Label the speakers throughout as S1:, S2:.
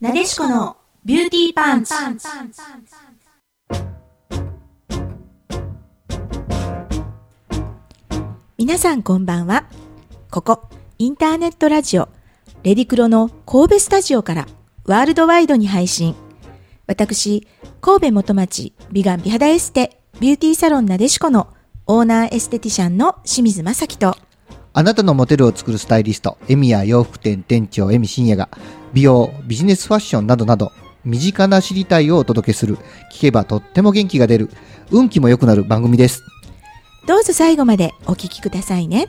S1: なでしこのビューティーパンチ。皆さんこんばんは。ここ、インターネットラジオ、レディクロの神戸スタジオからワールドワイドに配信。私、神戸元町美顔美肌エステビューティーサロンなでしこのオーナーエステティシャンの清水正樹と
S2: あなたのモテルを作るスタイリスト、エミや洋服店店長エミ深也が、美容、ビジネスファッションなどなど、身近な知りたいをお届けする、聞けばとっても元気が出る、運気も良くなる番組です。
S1: どうぞ最後までお聞きくださいね。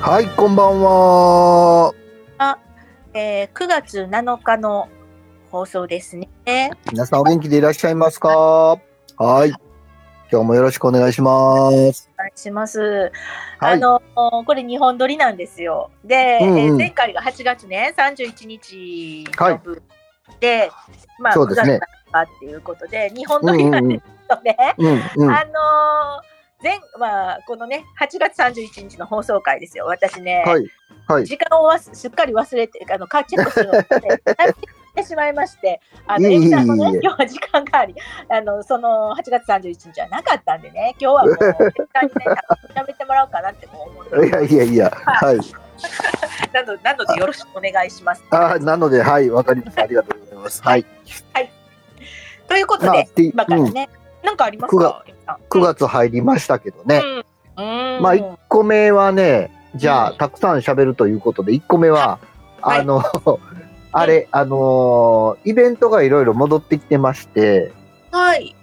S3: はい、こんばんは。
S4: えー、9月7日の放送ですね。
S3: 皆さんお元気でいらっしゃいますかはい。今日もよろしくお願いします。
S4: お願いします。
S3: はい
S4: あのこれ2本撮りなんですよ。で、
S3: うんうん
S4: えー前回が8月ね31日の分で、まあ
S3: そう
S4: 9
S3: で
S4: 月
S3: すね
S4: 7日っていうことで2本
S3: う
S4: 撮り
S3: ん
S4: な
S3: うんんう
S4: で
S3: ん。
S4: すよね。
S3: うんうん。は
S4: あのー前まあこのね8月31日の放送回ですよ。私ね、
S3: い。はい。
S4: 時間をわすすっかり忘れてあのかチェックする のを忘れて大変してしまいまして、あの
S3: いえいえ
S4: エミさんの
S3: いえい
S4: ね
S3: え
S4: 今日は時間があり、あのその8月31日はなかったんでね、今日はもう 絶対にね調べてもらおうかなってこう思
S3: い
S4: って
S3: やいやいや、はい。
S4: なのなのでよろしくお願いします。
S3: あーなので、はい、わかりました。ありがとうございます。はい。
S4: ということ
S3: まあ、
S4: で
S3: て
S4: 今か
S3: う
S4: ら
S3: ん、
S4: ね、なんかありますか、エミさん
S3: 9月入りましたけどね。
S4: うんうん
S3: まあ、1個目はね、じゃあ、
S4: うん
S3: たくさん喋るということで、1個目は、
S4: はい
S3: あの、あれ、あのーイベントがいろいろ戻ってきてまして、
S4: はい。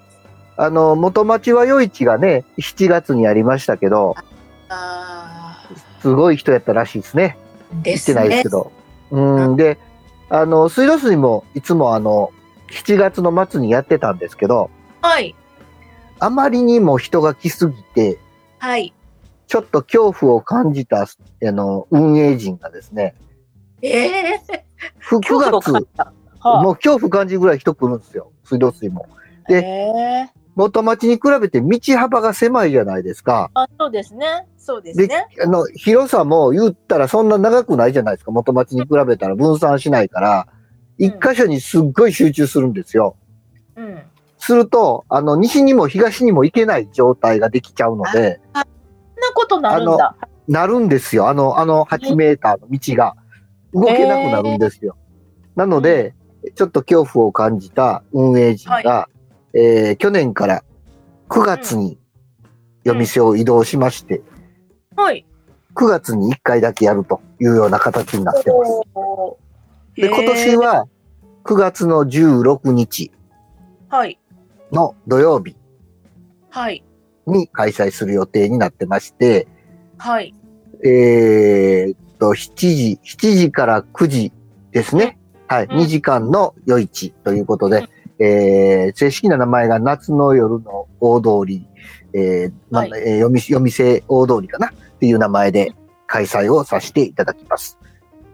S3: あの、元町は夜市がね、7月にありましたけど、
S4: あ
S3: すごい人やったらしいですね。行
S4: ーで
S3: って
S4: す
S3: ないです
S4: ね
S3: け。ど。うん、で、あの、水道水もいつもあの、7月の末にやってたんですけど、
S4: はい
S3: あまりにも人が来すぎて、
S4: はい。
S3: ちょっと恐怖を感じた、あの、運営陣がですね、
S4: ええー、
S3: ふ
S4: 恐怖
S3: 9
S4: を感
S3: 月
S4: じ、た。
S3: も
S4: は
S3: う恐怖感じるぐらい人来るんですよ、水道水も。
S4: あ、
S3: で
S4: えー
S3: 元町に比べて道幅が狭いじゃないですか。
S4: あそうですね。そうですね。
S3: あの、広さも言ったらそんな長くないじゃないですか。元町に比べたら分散しないから、
S4: うん
S3: 一箇所にすっごい集中するんですよ。
S4: うん。
S3: すると、あの、西にも東にも行けない状態ができちゃうので、
S4: そんなことなるんだ。
S3: なるんですよ。あの、あの8メーターの道が。動けなくなるんですよ。なので、ちょっと恐怖を感じた運営陣が、えー去年から9月に夜店を移動しまして、
S4: はい。
S3: 9月に1回だけやるというような形になってます。
S4: おー
S3: で、今年。は9月の16日
S4: へーはい。
S3: の土曜日
S4: はい。
S3: に開催する予定になってまして、
S4: はい。
S3: えーっと、7時、7時から9時ですね。はい、
S4: うん
S3: 2時間の夜市ということで、えー正式な名前が夏の夜の大通り、えーま
S4: はい
S3: えー夜店夜店大通りかなっていう名前で開催をさせていただきます。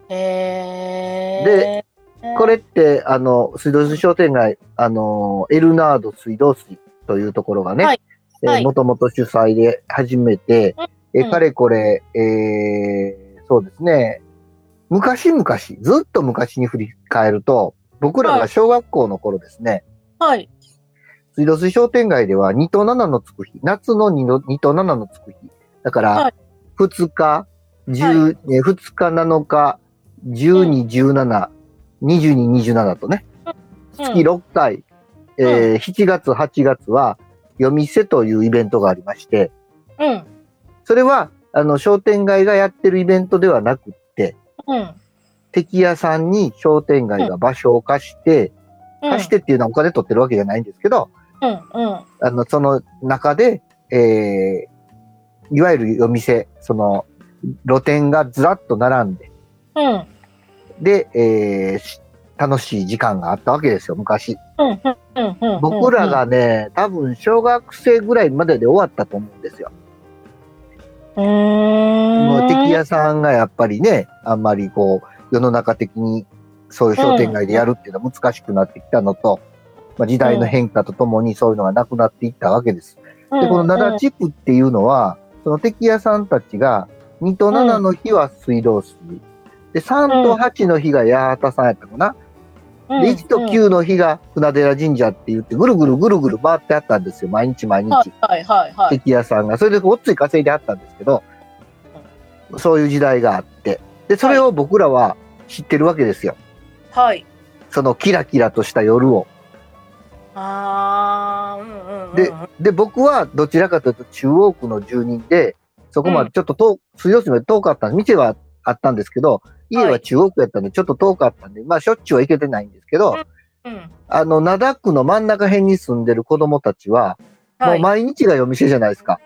S4: えー、
S3: で、これって、あの、水道水商店街、あの、エルナード水道水というところがね、
S4: はい
S3: えー
S4: はい
S3: もともと主催で始めて、えー
S4: うん
S3: かれこれ、えーそうですね、昔々、ずっと昔に振り返ると、僕ら
S4: は
S3: が
S4: い
S3: 小学校の頃ですね、
S4: はい。
S3: 水道水商店街では2と7のつく日、夏の 2, の2と7のつく日。だから、
S4: はい
S3: 2日、10えー2日7日、12、17、22、27とね、
S4: うん
S3: 月6回、えー7月、8月は、夜店というイベントがありまして、
S4: うん。
S3: それは、あの、商店街がやってるイベントではなくって、
S4: うん。
S3: 敵屋さんに商店街が場所を貸して、
S4: うん。
S3: 貸してっていうのはお金取ってるわけじゃないんですけど、
S4: うん。うん。
S3: あの、その中で、えー、いわゆる夜店、その、露店がずらっと並んで、
S4: うん。
S3: で、えーし楽しい時間があったわけですよ、昔。
S4: うん。うん。うん。
S3: 僕らがね、多分小学生ぐらいまでで終わったと思うんですよ。
S4: うん、も
S3: もう焼き屋さんがやっぱりね、あんまりこう、世の中的にそういう商店街でやるっていうのは難しくなってきたのと、まあ、時代の変化とともにそういうのがなくなっていったわけです。で、この灘地区っていうのは、その敵屋さんたちが、2と7の日は水道水、で、3と8の日が八幡さんやったかな。で、1と9の日が船寺神社って言って、ぐるぐるぐるぐる回ってあったんですよ、毎日毎
S4: は
S3: 日
S4: い。はいはいはい。
S3: 関屋さんが、それでごっつい稼いであったんですけど、そういう時代があって、で、それを僕らは知ってるわけですよ。
S4: はい。
S3: そのキラキラとした夜を。
S4: あー、うんうんうんうん。
S3: でで、僕はどちらかというと中央区の住人で、そこまでちょっと遠、水曜日まで遠かったんです。店はあったんですけど、家は中央区やったんで、ちょっと遠かったんで、まあしょっちゅうは行けてないんですけど、
S4: うん。
S3: あの、灘区の真ん中辺に住んでる子供たちは、も
S4: は
S3: う
S4: い。
S3: 毎日が夜店じゃないですか。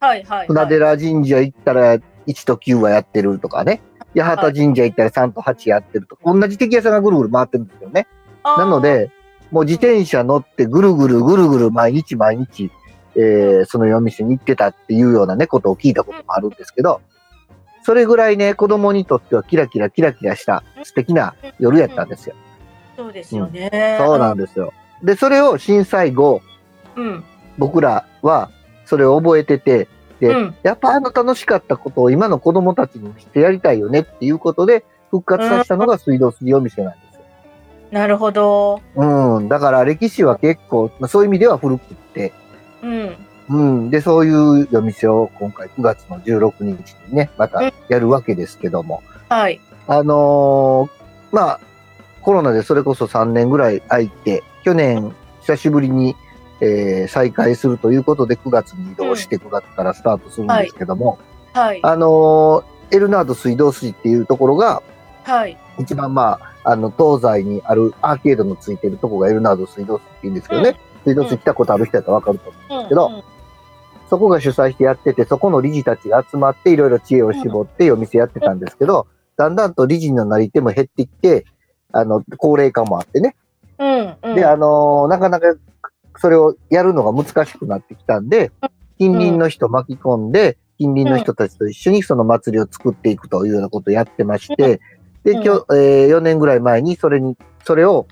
S4: はいはい。
S3: 船寺神社行ったら1と9はやってるとかね。八幡神社行ったら3と8やってるとか。同じ敵屋さんがぐるぐる回ってるんですよね。
S4: あー
S3: なの、で、もう自転車乗ってぐるぐるぐるぐる毎日毎日、えーその夜店に行ってたっていうようなね、ことを聞いたこともあるんですけど、それぐらいね、子供にとってはキラキラキラキラした素敵な夜やったんですよ。
S4: そうですよね。
S3: そうなんですよ。で、それを震災後、
S4: うん。
S3: 僕らはそれを覚えてて、で
S4: うん。
S3: やっぱあの楽しかったことを今の子供たちにもしてやりたいよねっていうことで復活させたのが水道水夜店なんですよ。
S4: なるほど。
S3: うん。だから歴史は結構、まあ、そういう意味では古くって、
S4: うん。
S3: うん。で、そういう夜店を今回9月の16日にね、またやるわけですけども。
S4: はい。
S3: あのーまあ、コロナでそれこそ3年ぐらい空いて、去年久しぶりに、えー再開するということで9月に移動して9月からスタートするんですけども、
S4: はい。
S3: あのーエルナード水道水っていうところが、
S4: はい。
S3: 一番まあ、あの、東西にあるアーケードのついてるとこがエルナード水道水って言うんですけどね、水道水来たことある人やったらわかると思う。
S4: うん。
S3: けどそこが主催してやってて、そこの理事たちが集まっていろいろ知恵を絞ってお店やってたんですけど、だんだんと理事のなり手も減ってきて、あの、高齢化もあってね。
S4: うん。うん。
S3: で、あのーなかなかそれをやるのが難しくなってきたんで、近隣の人巻き込んで、近隣の人たちと一緒にその祭りを作っていくというようなことをやってまして、で、今日、えー4年ぐらい前にそれに、それを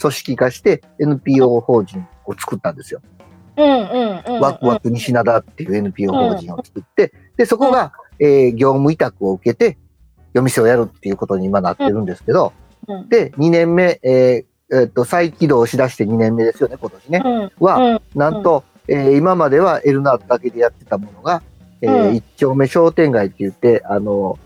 S3: 組織化して NPO 法人を作ったんですよ。
S4: うんうんうん。
S3: ワクワク西灘っていう NPO 法人を作って、で、そこが、えー業務委託を受けて、夜店をやるっていうことに今なってるんですけど、
S4: うん。
S3: で、2年目、えーえーっと、再起動しだして2年目ですよね、今年ね。
S4: うん。
S3: は、
S4: うん。
S3: なんと、えー今まではエルナードだけでやってたものが、えー
S4: うん
S3: 一丁目商店街って言って、あの、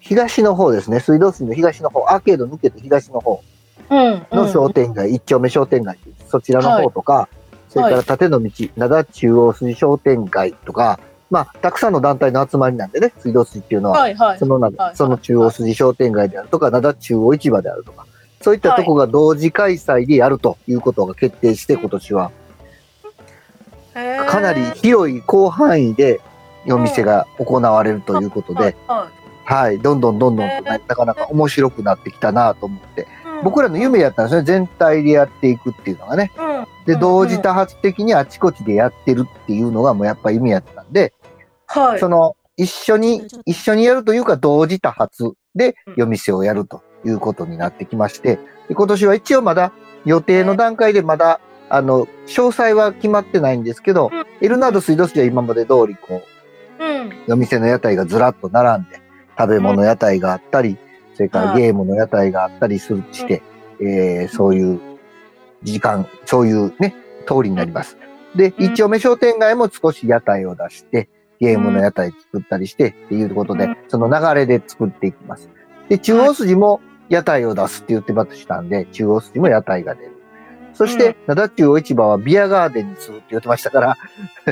S3: 東の方ですね、水道水の東の方、アーケード抜けて東の方
S4: うん。
S3: の商店街、一丁目商店街っていう、そちらの方とか、それから縦の道、灘中央筋商店街とか、まあ、たくさんの団体の集まりなんでね、水道水っていうのは、
S4: はいはい
S3: そ。の
S4: は
S3: 中、
S4: い
S3: その中央筋商店街であるとか、灘中央市場であるとか、そういったとこが同時開催でやるということが決定して、今年はか
S4: か
S3: なり広い広範囲で夜店が行われるということで、はい、どんどんどんどんとねなかなか面白くなってきたなと思って、僕らの夢やったんですね、全体でやっていくっていうのがね。
S4: うん
S3: で、
S4: うん
S3: 同時多発的にあちこちでやってるっていうのがもうやっぱ夢やったんで、
S4: はい
S3: その一緒に、一緒にやるというか同時多発で夜店をやるということになってきまして、で今年は一応まだ予定の段階でまだ、あの、詳細は決まってないんですけど、エルナード水道水は今まで通りこう、
S4: うん
S3: 夜店の屋台がずらっと並んで、食べ物屋台があったり、それから
S4: はい
S3: ゲームの屋台があったりするして、えーそういう時間、そういうね、通りになります。で、
S4: うん
S3: 一丁目商店街も少し屋台を出して、ゲームの屋台作ったりして、っていうこと
S4: う
S3: で
S4: ん、
S3: その流れで作っていきます。で、中央筋も屋台を出すって言ってましたんで、中央筋も屋台が出る。そし
S4: う
S3: て
S4: ん、
S3: 灘中央市場はビアガーデンにするって言ってましたから、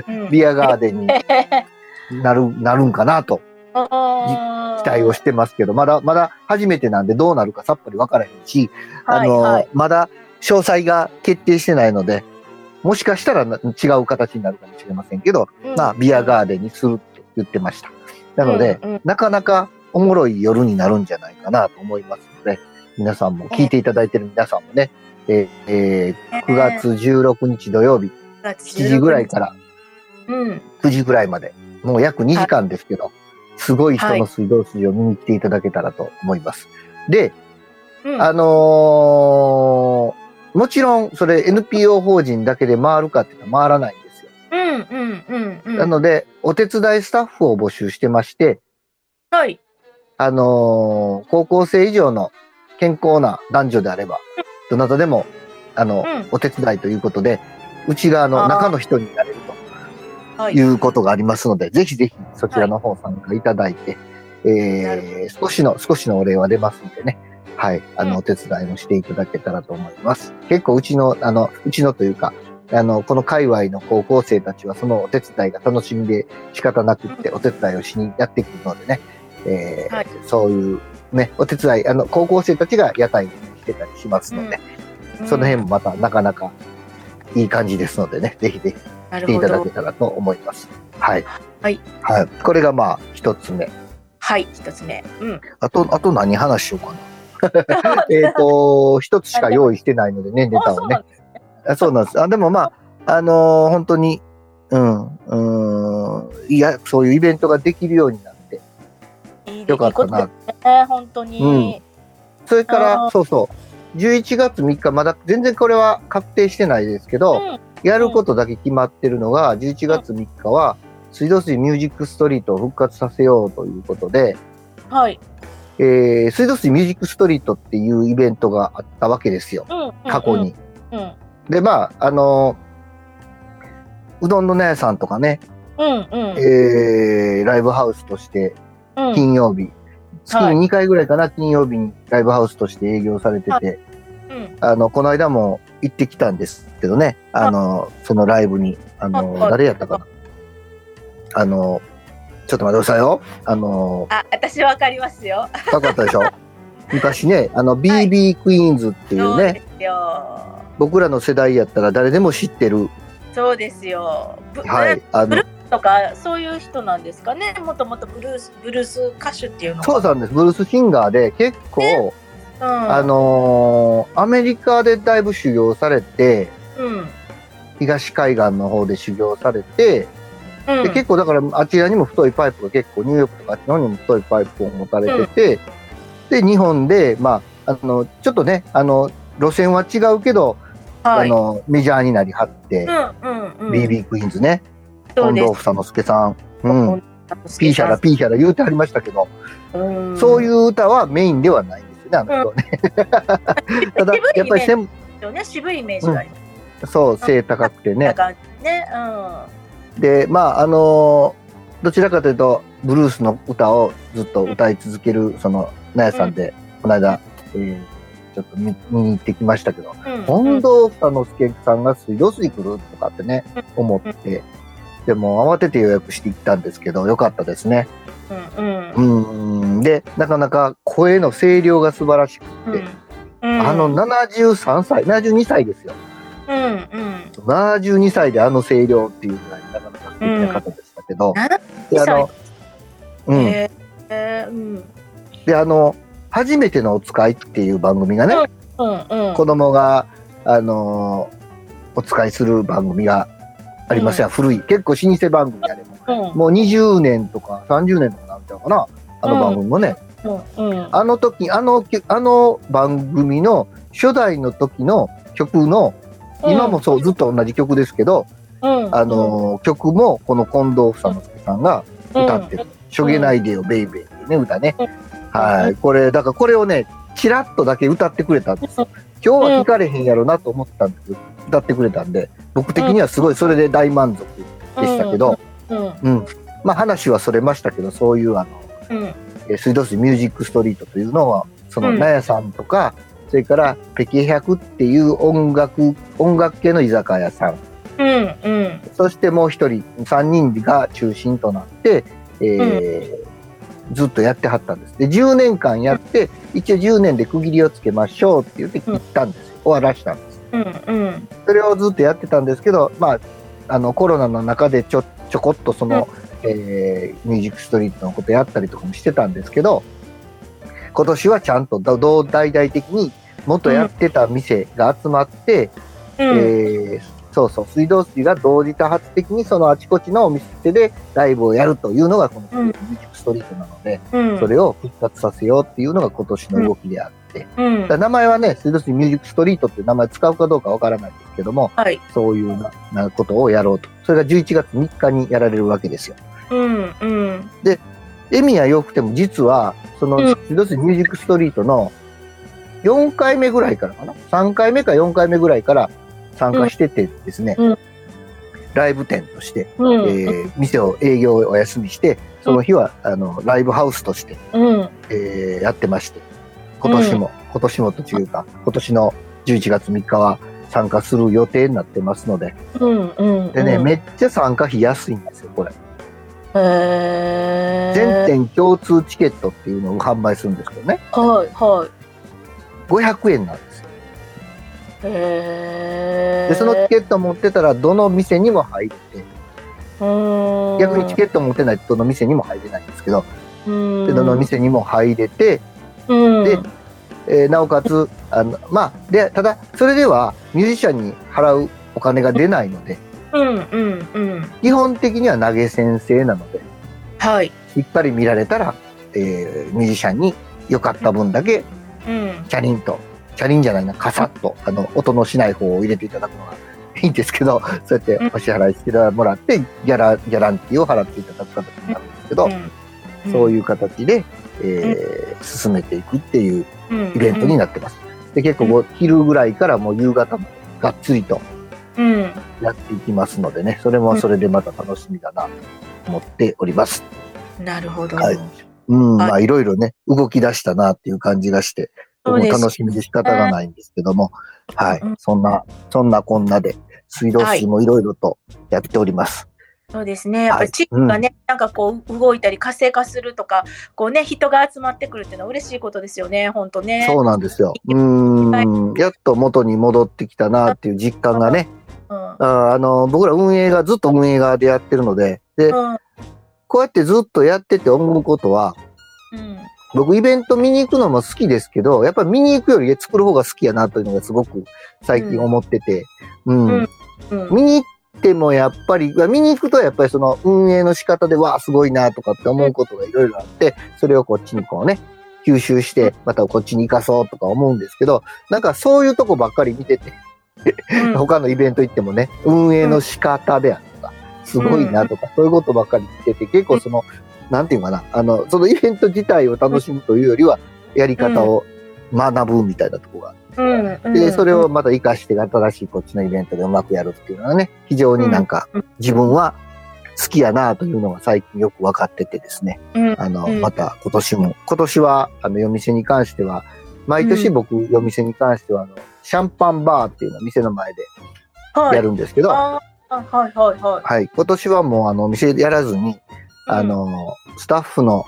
S4: う ん
S3: ビアガーデンに なる、なるんかなと期待をしてますけど、まだ、まだ初めてなんでどうなるかさっぱりわからへんし、あの、
S4: はいはい
S3: まだ詳細が決定してないので、もしかしたらな違う形になるかもしれませんけど、まあ、ビアガーデンにするって言ってました。なので、
S4: うんうん
S3: なかなかおもろい夜になるんじゃないかなと思いますので、皆さんも、聞いていただいてる皆さんもね、えーえー9月16日土曜日7時ぐらいから
S4: うん
S3: 9時ぐらいまで、もう約2時間ですけど、すごい人の水道水を見に来ていただけたらと思います。で、
S4: うん
S3: あのーもちろん、それ NPO 法人だけで回るかっていうのは回らないんですよ。
S4: うんうんうんうん。
S3: なので、お手伝いスタッフを募集してまして、
S4: はい。
S3: あのー高校生以上の健康な男女であれば、どなたでも、あの、
S4: うん
S3: お手伝いということで、うち側
S4: あ
S3: の
S4: ー
S3: 中の人になれる
S4: は
S3: と
S4: い。
S3: いうことがありますので、ぜひぜひそちらの方参加いただいて、
S4: な
S3: えー、少しの、少しのお礼は出ますんでね。はい。あ
S4: うん
S3: の、お手伝いもしていただけたらと思います。結構、うちの、あの、うちのというか、あの、この界隈の高校生たちは、そのお手伝いが楽しみで仕方なくって、お手伝いをしにやってくるのでね。えー
S4: はい
S3: そういう、ね、お手伝い、あの、高校生たちが屋台に来てたりしますので、
S4: うん
S3: その辺もまた、なかなか、いい感じですのでね、ぜひぜひ
S4: な
S3: 来
S4: る
S3: てい
S4: ほ
S3: ただ
S4: ど
S3: け。たらと思います。はい。
S4: はい。
S3: はい。これがまあ、一つ目。
S4: はい、一つ目。うん。
S3: あと、あと何話しようか な。えっと、一つしか用意してないのでね、ネタ
S4: あ、そ
S3: を
S4: うな
S3: ね
S4: ん。です。
S3: あそうなんです。あでもまあ、あのー本当に、うん、うん、いや、そういうイベントができるようになって。
S4: いい
S3: よかった
S4: いい
S3: な
S4: ことですね、本当に。
S3: それか
S4: あー
S3: ら、そうそう、11月3日、まだ全然これは確定してないですけど、
S4: うん
S3: やることだけ決まってるのが、11月3日は、水道水ミュージックストリートを復活させようということで、
S4: はい。
S3: えー、水道水ミュージックストリートっていうイベントがあったわけですよ、
S4: うん。
S3: 過去に。
S4: うん。うん。
S3: で、まあ、あのーうどんの姉さんとかね、
S4: うん。うん。
S3: えー、ライブハウスとして
S4: うん
S3: 金曜日、月に2回ぐらいかな、金曜日にライブハウスとして営業されて
S4: は
S3: て、
S4: うん。
S3: あの、この間も行ってきたんですけどね、あのーそのライブに、あのー
S4: はい
S3: 誰やったかな。あのーちょっと待ってくださいよ。あのー
S4: あ、私わかりますよ。
S3: わかったでし ょ昔ね、あの、BB クイーンズっていう
S4: そう
S3: ね、
S4: ですよ。
S3: 僕らの世代やったら誰でも知ってる、
S4: そうですよ。ブ
S3: はい、あ
S4: ブ
S3: の
S4: ルー、スとかそういう人なんですかね。もともとブルースブルース歌手っていうのか
S3: そうなんです、ブルースシンガーで結構、
S4: うん。あ
S3: あのーアメリカでだいぶ修行されて、
S4: うん。
S3: 東海岸の方で修行されて、
S4: うん
S3: で結構だからあちらにも太いパイプが結構ニューヨークとかあっちの方にも太いパイプを持たれてて、で日本でまああのちょっとねあの路線は違うけど、
S4: はい。
S3: あのメジャーになりはって、
S4: うんうんうん。
S3: BB クイーンズね
S4: そ
S3: 近
S4: うです
S3: 藤房之助さん、うん、ピーシャラ
S4: だ。
S3: ピーシャラ言うてはりましたけど、
S4: うん
S3: そういう歌はメインではないんですよね、あの人はね。 ただ、やっぱり背も
S4: ね渋いイメージがあります。
S3: そう、背高くて
S4: なん
S3: ね。
S4: かね、
S3: で、まあ、あのーどちらかというと、ブルースの歌をずっと歌い続ける、その、なやさんで、この間、えーちょっと見見に行ってきましたけど、
S4: うん。
S3: 近
S4: 当。
S3: 藤房之助さんが水道水来るとかってね、思って、でも慌てて予約して行ったんですけど、よかったですね。
S4: うんうん
S3: うん。で、なかなか声の声量が素晴らしく
S4: う
S3: て、
S4: ん。うん
S3: あの73歳、72歳ですよ。
S4: うんうん。
S3: 72歳であの声量っていうぐらいなかなか素敵な方でしたけど、
S4: な
S3: であの、うん、
S4: へえうんうん
S3: であの初めてのお使いっていう番組がね、
S4: うんうん。
S3: 子供があのーお使いする番組がありますやん、古い結構老舗番組あれも、
S4: うん
S3: もう20年とか30年とかなんちゃうかなあの番組もね、
S4: うんうん。
S3: あの時あのあの番組の初代の時の曲の今もそうずっと同じ曲ですけど、
S4: うん
S3: あのー曲もこの近藤房之助さんが歌ってる「しょげないでよベイベー」っていうね歌ね
S4: うん
S3: はいこれだからこれをねチラッとだけ歌ってくれたんですよ今日は聞かれへんやろなと思ってたんですけど歌ってくれたんで僕的にはすごいそれで大満足でしたけど、
S4: うんうん
S3: うんまあ話はそれましたけどそういうあの
S4: うん
S3: えー水道水ミュージックストリートというのはその
S4: うん
S3: 納屋さんとか、それから北京100っていう音楽音楽系の居酒屋さん
S4: うんうん
S3: そしてもう一人、三人が中心となって、えーずっとやってはったんです。で、10年間やって、一応10年で区切りをつけましょうって言って切ったんですよ。終わらしたんです。
S4: うんうん
S3: それをずっとやってたんですけど、まあ、あの、コロナの中でちょ、ちょこっとその、えーミュージックストリートのことやったりとかもしてたんですけど、今年はちゃんとど同大々的に元やってた店が集まって、
S4: うん
S3: えーそうそう、水道水が同時多発的にそのあちこちのお店でライブをやるというのがこのミ
S4: うん
S3: ュージックストリートなので、
S4: うん
S3: それを復活させようっていうのが今年の動きであって、
S4: うん
S3: だから名前はね、水道水ミュージックストリートっていう名前使うかどうかわからないですけども、
S4: はい
S3: そういうななことをやろうと。それが11月3日にやられるわけですよ。
S4: うんうん
S3: エミや洋服店も実は、その、
S4: うん
S3: 水道水ミュージックストリートの4回目ぐらいからかな ?3 回目か4回目ぐらいから参加しててですね、
S4: うん
S3: ライブ店として、
S4: う
S3: え
S4: ん
S3: ー店を営業をお休みして、その日は、あの、ライブハウスとして、
S4: うん
S3: えーやってまして、今年も、今年もというか、今年の11月3日は参加する予定になってますので、
S4: うんうん
S3: でね、
S4: うん
S3: めっちゃ参加費安いんですよ、これ。
S4: へー
S3: 全店共通チケットっていうのを販売するんですけどね、
S4: はいはい
S3: 500円なんですよ。
S4: へ
S3: で、そのチケット持ってたら、どの店にも入って、逆にチケ
S4: ッ
S3: ット持ってないとどの店にも入れないんですけど、
S4: ト
S3: でどの店にも入れて、でえーなおかつ、あの、まあ、で、ただ、それではミュージシャンに払うお金が出ないので、
S4: うんうんうん
S3: 基本的には投げ先生なので、
S4: はい
S3: しっかり見られたら、えーミュージシャンに良かった分だけ、
S4: うん
S3: チャリンと、チャリンじゃないな、カサッと、あの、音のしない方を入れていただくのが いいんですけど、そうやってお支払いしてもらって、ギャラ、ギャランティーを払っていただく形になるんですけど、そういう形で、えー進めていくっていうイベントになってます。で、結構もう昼ぐらいからもう夕方もがっつりと
S4: うんうん
S3: やっていきますのでね、それもそれでまた楽しみだなと思っております。
S4: なるほど
S3: はいうん、
S4: はい
S3: まあいろいろね、動き出したなっていう感じがして、
S4: そうです
S3: 僕も楽しみで仕方がないんですけども、はい
S4: うん。
S3: そんな、そんなこんなで、水道水もいろいろとやっております。
S4: そうですね。やっぱ
S3: はい
S4: り地域がね、なんかこう動いたり活性化するとか、こうね人が集まってくるっていうのは嬉しいことですよね。本当ね。。
S3: そううなんですよ。うーん、やっと元に戻ってきたなっていう実感がね、
S4: ん。
S3: ああの、僕ら運営がずっと運営側でやってるので、で、
S4: うん。
S3: こうやってずっとやってて思うことは、
S4: うん。
S3: 僕イベント見に行くのも好きですけど、やっぱり見に行くより作る方が好きやなというのがすごく最近思ってて、う
S4: う
S3: んん
S4: うん。
S3: 見に行ってもやっぱり、見に行くとやっぱりその運営の仕方で、わあ、すごいなとかって思うことがいろいろあって、それをこっちにこうね、吸収して、またこっちに行かそうとか思うんですけど、なんかそういうとこばっかり見てて、
S4: うん
S3: 他のイベント行ってもね、運営の仕方であるとか、すごいなとか、そういうことばっかり見てて、結構その、なんていうのかな、あの、そのイベント自体を楽しむというよりは、やり方を学ぶみたいなとこが
S4: うんうん。
S3: で、それをまた活かして新しいこっちのイベントでうまくやるっていうのはね、非常になんか
S4: うん
S3: 自分は好きやなというのが最近よく分かっててですね。
S4: うん。
S3: あの
S4: う、ん
S3: また今年も、今年はあの、夜店に関しては、毎年僕、夜店に関しては、あの、シャンパンバーっていうのを店の前で
S4: はい。
S3: やるんですけど、
S4: あーはいはいはい。
S3: はい、今年はもうあの、お店やらずに、あの、スタッフの、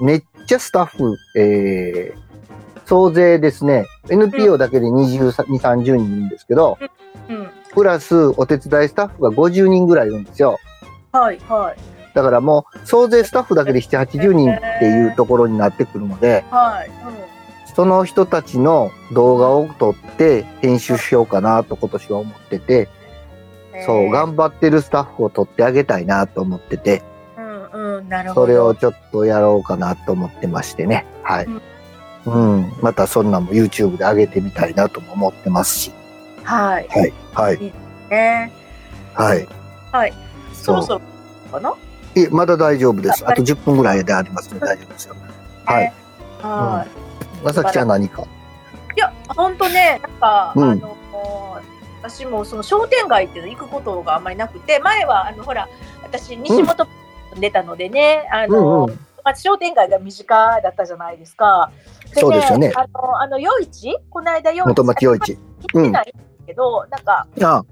S3: めっちゃスタッフ、えー、総勢ですね、NPO だけで20、30人いるんですけど、
S4: うん。うん。
S3: プラスお手伝いスタッフが50人ぐらいいるんですよ。
S4: はいはい
S3: だからもう総勢スタッフだけで7、80人っていうところになってくるので、
S4: はい。
S3: その人たちの動画を撮って編集しようかなと今年は思ってて、
S4: うん。
S3: そう、
S4: が
S3: 頑
S4: ん。
S3: 張ってるスタッフを撮ってあげたいなと思ってて、
S4: うんうん。なるほど。
S3: それを。ちょっとやろうかなと思ってましてね。はい。うん。またそんなんも YouTube で上げてみたいなとも思ってますし。
S4: はい。
S3: はい。はい。
S4: ね。
S3: はい。
S4: はい。そ
S3: そ
S4: ろ
S3: う。
S4: そろかな。
S3: え、まだ大丈夫です。あと10分ぐらいでありますので大丈夫ですよ。はい。
S4: ね。はい。
S3: まさきちゃん何か。
S4: いや、本当ね、なんか、
S3: うん
S4: あの、私もその商店街っていうの行くことがあんまりなくて、前は、あの、ほら、私、西本出たのでね、あの、
S3: うんうん
S4: まあ商店街が身近だったじゃないですか。
S3: そうですよね
S4: あの、あの、夜市この間夜市。
S3: 元町洋一。
S4: 行ってないんですけど、なんか、
S3: あ、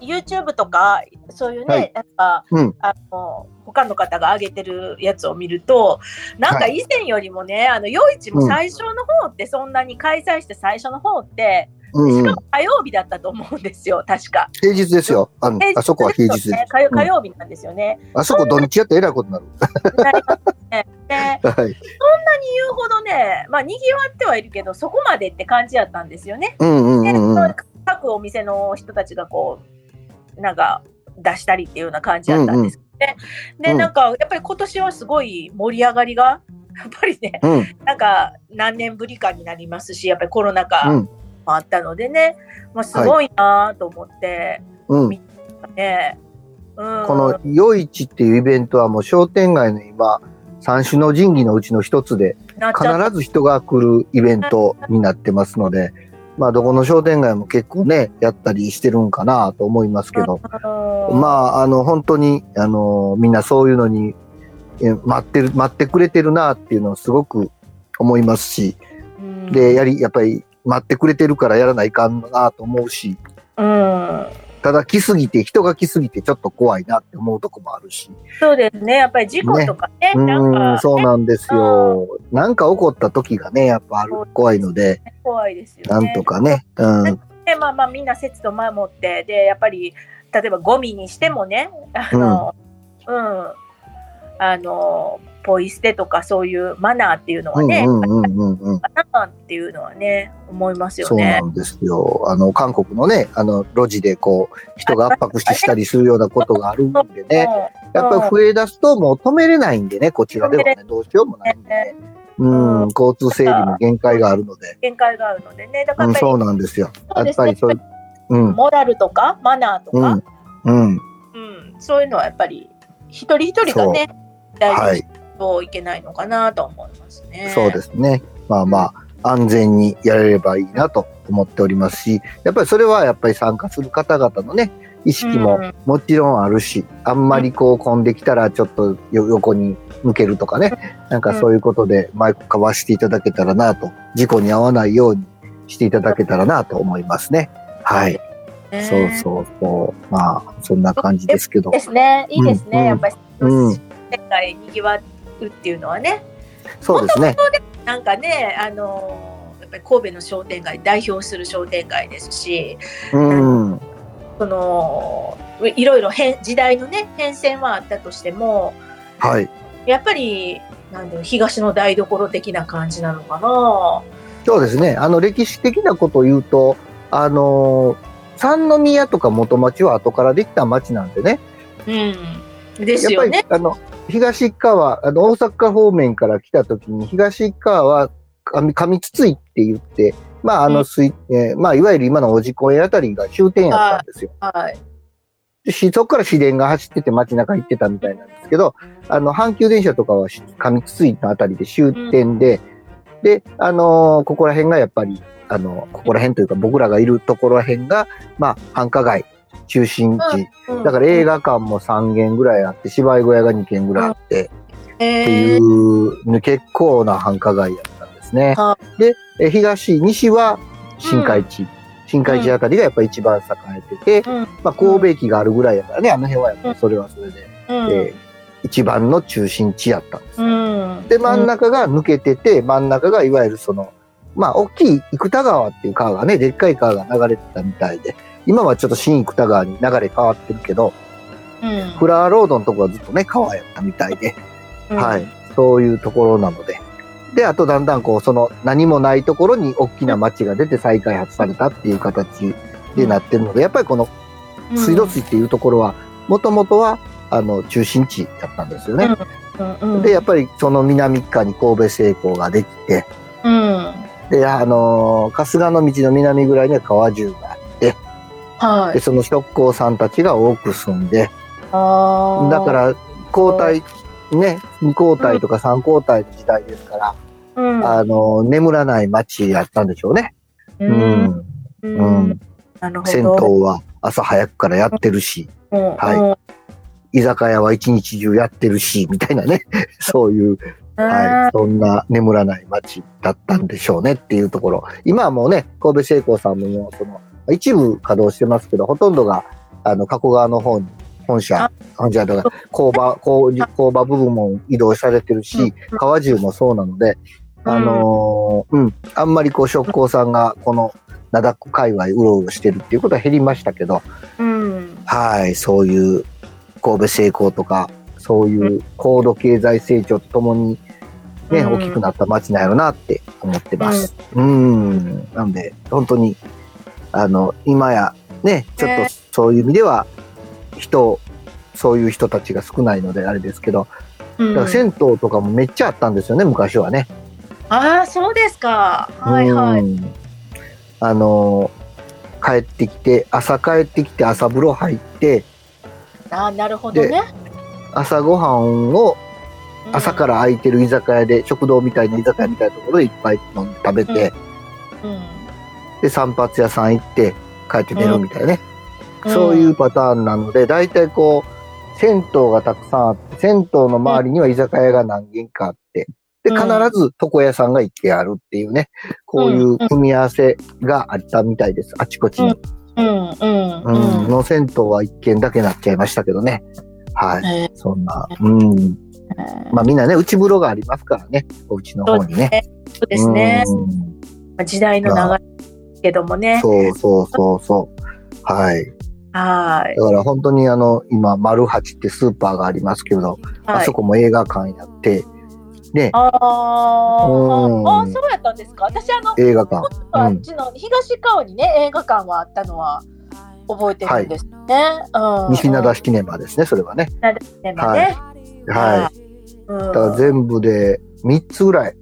S4: YouTube とか、そういうね、
S3: はい
S4: なんか、
S3: うん
S4: あの、他の方が上げてるやつを見ると、なんか
S3: は
S4: 以前よりもね、あの、夜市も最初の方って、そんなに開催して最初の方って、
S3: うん
S4: し
S3: う
S4: か
S3: ん
S4: も。火曜日だったと思うんですよ、確か。
S3: 平日ですよ。あの
S4: 平日
S3: あそこは平日です
S4: よね。火曜
S3: うん
S4: 火曜日なんですよね。
S3: あそこ土日やったらえらいことになる。
S4: なりますねで
S3: はい。
S4: 言うほどね、まあ、にぎわってはいるけど、そこまでって感じやったんですよね。
S3: うんうん
S4: で
S3: うんうん。
S4: 開各お店の人たちがこうなんか出したりっていうような感じだったんですけどね、で
S3: うん
S4: なんかやっぱり今年はすごい盛り上がりがやっぱりね
S3: うん。
S4: なんか何年ぶりかになりますしやっぱりコロナ禍
S3: うん
S4: もあったのでね、まあ、すごいなと思って、
S3: うん。
S4: ねうん、
S3: この夜市っていうイベントはもう商店街の今、三種の神器のうちの一つで、
S4: なっちゃった
S3: 必ず人が来るイベントになってますので、まあどこの商店街も結構ね、やったりしてるんかなと思いますけど、
S4: うん
S3: まああの本当に、あの、みんなそういうのに、え待ってる、待ってくれてるなっていうのをすごく思いますし、
S4: うん
S3: で、やり、やっぱり待ってくれてるからやらないかんなと思うし、
S4: うん、
S3: ただ来すぎて、人が来すぎてちょっと怖いなって思うとこもあるし。
S4: そうですねやっぱり事故とかね
S3: う
S4: なんか
S3: ん、そうなんですよ。なんか起こった時がね、やっぱある怖いので、
S4: 怖いですよね。
S3: なんとかね。うん、
S4: でまあまあみんな節度守ってでやっぱり例えばゴミにしてもねあの、うんあのポイ捨てとかそういうマナーっていうのは
S3: うん、
S4: ね、
S3: うん、うん、うん、うん。
S4: マナーっていうのはね思いますよ
S3: そうな
S4: ね。
S3: んですよ。あの、韓国のね、あの、路地でこう、人が圧迫してしたりするようなことがあるんでね。やっぱり増え出すともう止めれないんでね、こちらではね、どうしようもないんでね。うん、交通整理も限界があるので。
S4: 限界があるのでねだか
S3: うん、
S4: らやっぱり、
S3: そうなんですよ。
S4: そ
S3: や
S4: うで
S3: っ
S4: すね
S3: ぱりそういう、うん、
S4: モラルとかマナーと
S3: う
S4: か、
S3: ん、うん、
S4: うんそういうのはやっぱり一人一人がね大事
S3: は
S4: に
S3: い
S4: し。ないといけないのかなと思いますね。
S3: そうですね。まあまあ、安全にやれればいいなと思っておりますし、やっぱりそれはやっぱり参加する方々のね、意識
S4: う
S3: も
S4: ん
S3: もちろんあるし、あんまりこう混んできたらちょっとよ横に向けるとかね、なんかそういうことでマイクかわしていただけたらなと、事故に遭わないようにしていただけたらなと思いますね。はい。
S4: ね
S3: そうそうそう。まあ、そんな感じですけど
S4: で。すね。いいです
S3: うん
S4: ね。やっぱり、
S3: うん
S4: 世界にぎわうっていうのはね、
S3: そうですね。
S4: なんかね、あのーやっぱり神戸の商店街代表する商店街ですし、
S3: うん。
S4: そのいろいろ変時代のね変遷はあったとしても、
S3: はい。
S4: やっぱりなんだろう東の台所的な感じなのかな。
S3: そうですね。あの、歴史的なことを言うと、あのー三宮とか元町は後からできた町なんでね。
S4: うん。です
S3: や
S4: よ
S3: っぱり
S4: ね。、
S3: あの、東側、あの、大阪方面から来た時に、東側は、上上つついって言って、まあ、あ
S4: う
S3: の、
S4: ん
S3: すいえーまあ、いわゆる今のおじ公園あたりが終点やったんですよ。
S4: はい。
S3: でしそこから市電が走ってて街中行ってたみたいなんですけど、あの、阪急電車とかはし上津井のあたりで終点で、で、あのーここら辺がやっぱり、あのここら辺というか僕らがいるところら辺が、まあ、繁華街、中心地。
S4: うん
S3: だから映画館も3軒ぐらいあって、芝居小屋が2軒ぐらいあって、って
S4: え
S3: い
S4: ー
S3: う、ね結構な繁華街やったんですね
S4: は。
S3: で、え東、西は新海地。新海地あたりがやっぱ一番栄えてて、
S4: うん
S3: まあ、神戸駅があるぐらいやからね、あの辺はやっぱりそれはそれで、
S4: うん
S3: えー一番の中心地やったんです。
S4: うん
S3: で、真ん中が抜けてて、真ん中がいわゆるその、まあ、大きい生田川っていう川がね、でっかい川が流れてたみたいで、今はちょっと新生田川に流れ変わってるけど、
S4: うん
S3: フラワーロードのとこはずっとね、川やったみたいで、
S4: うん
S3: はい、そういうところなので。で、あとだんだんこう、その何もないところに大きな町が出て再開発されたっていう形でなってるので、やっぱりこの水道水っていうところは、もともとは、あの、中心地だったんですよね。
S4: うんうんうん
S3: で、やっぱりその南側に神戸製鋼ができて、
S4: うん
S3: で、あのー春日の道の南ぐらいには川中があって、
S4: は
S3: で、
S4: い。
S3: その職工さんたちが多く住んで、
S4: あー
S3: だか、ら、交代、ね、2交代とか3交代の時代ですから、
S4: うん、
S3: あの、眠らない街やったんでしょうね。
S4: う、
S3: うんん。
S4: う
S3: うんん。。
S4: なるほど。
S3: 銭湯は朝早くからやってるし、
S4: うん、
S3: はい居酒屋は一日中やってるし、みたいなね。 そういう、
S4: うん、
S3: はい。そんな眠らない街だったんでしょうねっていうところ。今はもうね、神戸製鋼さんも、その、一部稼働してますけど、ほとんどが、あの、加古川の方に、本社
S4: あ、
S3: 本社とか、工場、工工場部分も移動されてるし、
S4: うん
S3: 川中もそうなので、
S4: うん
S3: あのーうん、あんまりこう、職工さんが、この、灘っこ界隈、うろうろしてるっていうことは減りましたけど、
S4: うん。
S3: はい、そういう、神戸成功とか、そういう高度経済成長とともに、ね、
S4: うん
S3: 大きくなった街なんやろなって思ってます。うん、なんで、本当に、あの今やねちょっとそういう意味では人そういう人たちが少ないのであれですけど
S4: う
S3: だ
S4: ん
S3: から銭湯とかもめっちゃあったんですよね昔はね。
S4: ああ、そうですか。はいはい。
S3: うんあの帰ってきて朝帰ってきて朝風呂入って
S4: ああ、なるほどね。
S3: 朝ごはんを
S4: うん
S3: 朝か。ら空いてる居酒屋で食堂みたいな居酒屋みたいなところでいっぱい飲んで食べて、
S4: うん
S3: で散髪屋さん行って帰って寝るみたいなね、
S4: うん
S3: そういうパターンなので大体こう銭湯がたくさんあって銭湯の周りには居酒屋が何軒かあってで
S4: うん
S3: 必ず床屋さんが一軒あるっていうねこういう組み合わせがあったみたいですあちこちに、
S4: うんうん
S3: う
S4: うんん。
S3: の銭湯は一軒だけなっちゃいましたけどねはい、
S4: え
S3: そんなうん
S4: ー
S3: まあみんなね内風呂がありますからねお家の方にね
S4: そうですね。
S3: うん
S4: まあ時代の流れですけどもね。
S3: そうそうそうそう。はい。
S4: はい
S3: だから本当にあの、今、丸八ってスーパーがありますけど、あ
S4: はい
S3: そ。こも映画館やって、ね、
S4: ああ
S3: うん
S4: ああ、そうやったんですか。私あの
S3: 映画館。
S4: あ
S3: う
S4: っ
S3: ん
S4: ちの東側にね、映画館はあったのは覚えてるんですね。うん。
S3: 西灘
S4: し。
S3: 式ネマですね、それはね。
S4: ね。ね。
S3: はいい。だから
S4: う
S3: 全部で3つぐらい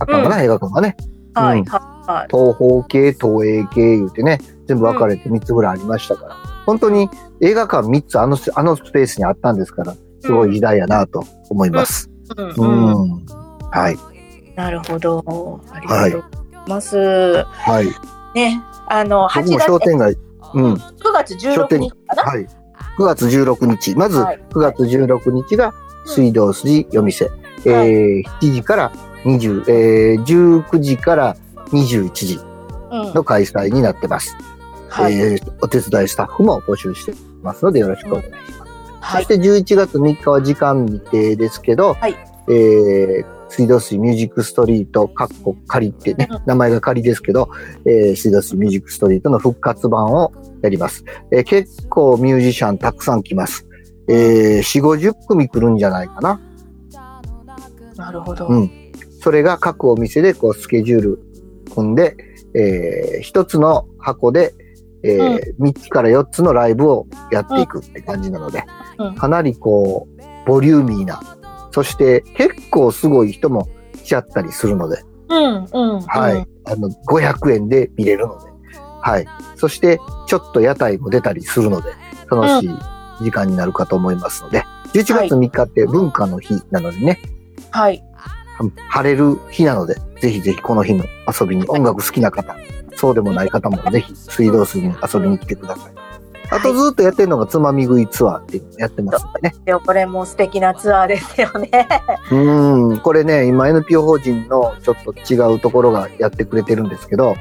S3: あったのかな、映画館がね。
S4: ん。は
S3: う
S4: い
S3: ん
S4: は
S3: 東方系、東映系言うてね、全部分かれて3つぐらいありましたから。本当に映画館3つあのス、あのスペースにあったんですから、すごい時代やなと思います。
S4: い。うん
S3: うん。
S4: うん。
S3: はい。
S4: なるほど。ありがとうございます。
S3: はい。
S4: ね、あの
S3: 僕
S4: 8
S3: も商
S4: 月
S3: 店街、うん。
S4: 9月
S3: 商
S4: 16
S3: 店
S4: 日かな。
S3: はい。9月16日。まず
S4: はい
S3: 9月16日が水道筋夜店。
S4: はい
S3: えー7時から20、えー19時から21時
S4: うん
S3: の開催になってます。
S4: はい
S3: えーお手伝いスタッフも募集してますのでよろしくお願いします。
S4: は
S3: そして11月3日は時間未定ですけど、
S4: はい
S3: えー水道水ミュージックストリート、かっこ仮ってね
S4: うん、
S3: 名前が仮ですけど、えー水道水ミュージックストリートの復活版をやります。えー結構ミュージシャンたくさん来ます。えー、4、50組来るんじゃないかな。
S4: なるほど。
S3: うんそれが各お店でこうスケジュール組んで、えー一つの箱で、えー3つから4つのライブをやっていくって感じなので、
S4: うん
S3: かなりこう、ボリューミーな、そして結構すごい人も来ちゃったりするので、
S4: うんうん。
S3: はい。
S4: うん。
S3: あの、500円で見れるので、はい。そして、ちょっと屋台も出たりするので、楽しい時間になるかと思いますので、11月3日って文化の日なのでね、
S4: はい。
S3: 晴れる日なので、ぜひぜひこの日も遊びに、音楽好きな方、そうでもない方もぜひ水道水に遊びに来てください。あとずっとやってるのがつまみ食いツアーっていうのやってますんでね。
S4: でもこれも素敵なツアーですよね。
S3: うーん、これね、今 NPO 法人のちょっと違うところがやってくれてるんですけど、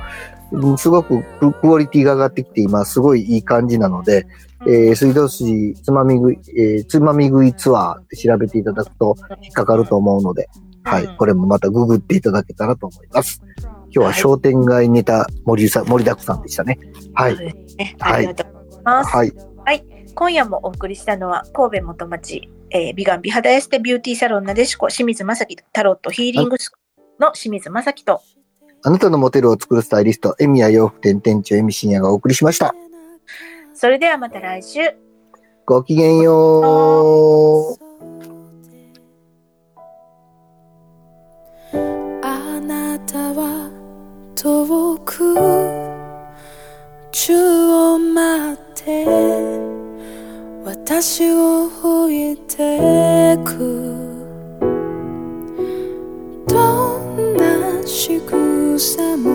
S3: うんすごくククオリティが上がってきて今すごいいい感じなので、えー水道水つまみ食い、えーつまみ食いツアーって調べていただくと引っかかると思うので、はい、これもまたググっていただけたらと思います。今日は商店街ネタ盛りさ盛りだくさんでしたね。はい。
S4: ねありがとうございます。
S3: はい。
S4: 今夜もお送りしたのは神戸元町、えー美顔美肌エステビューティーサロンなでしこ清水正樹タロットヒーリングスクールの清水正樹と
S3: あなたのモテルを作るスタイリスト、エミヤ洋服店店長、エミシンヤがお送りしました。
S4: それではまた来週。
S3: ごきげんよう。
S5: あなたは遠く宙を待って私を置いてくどんな仕草も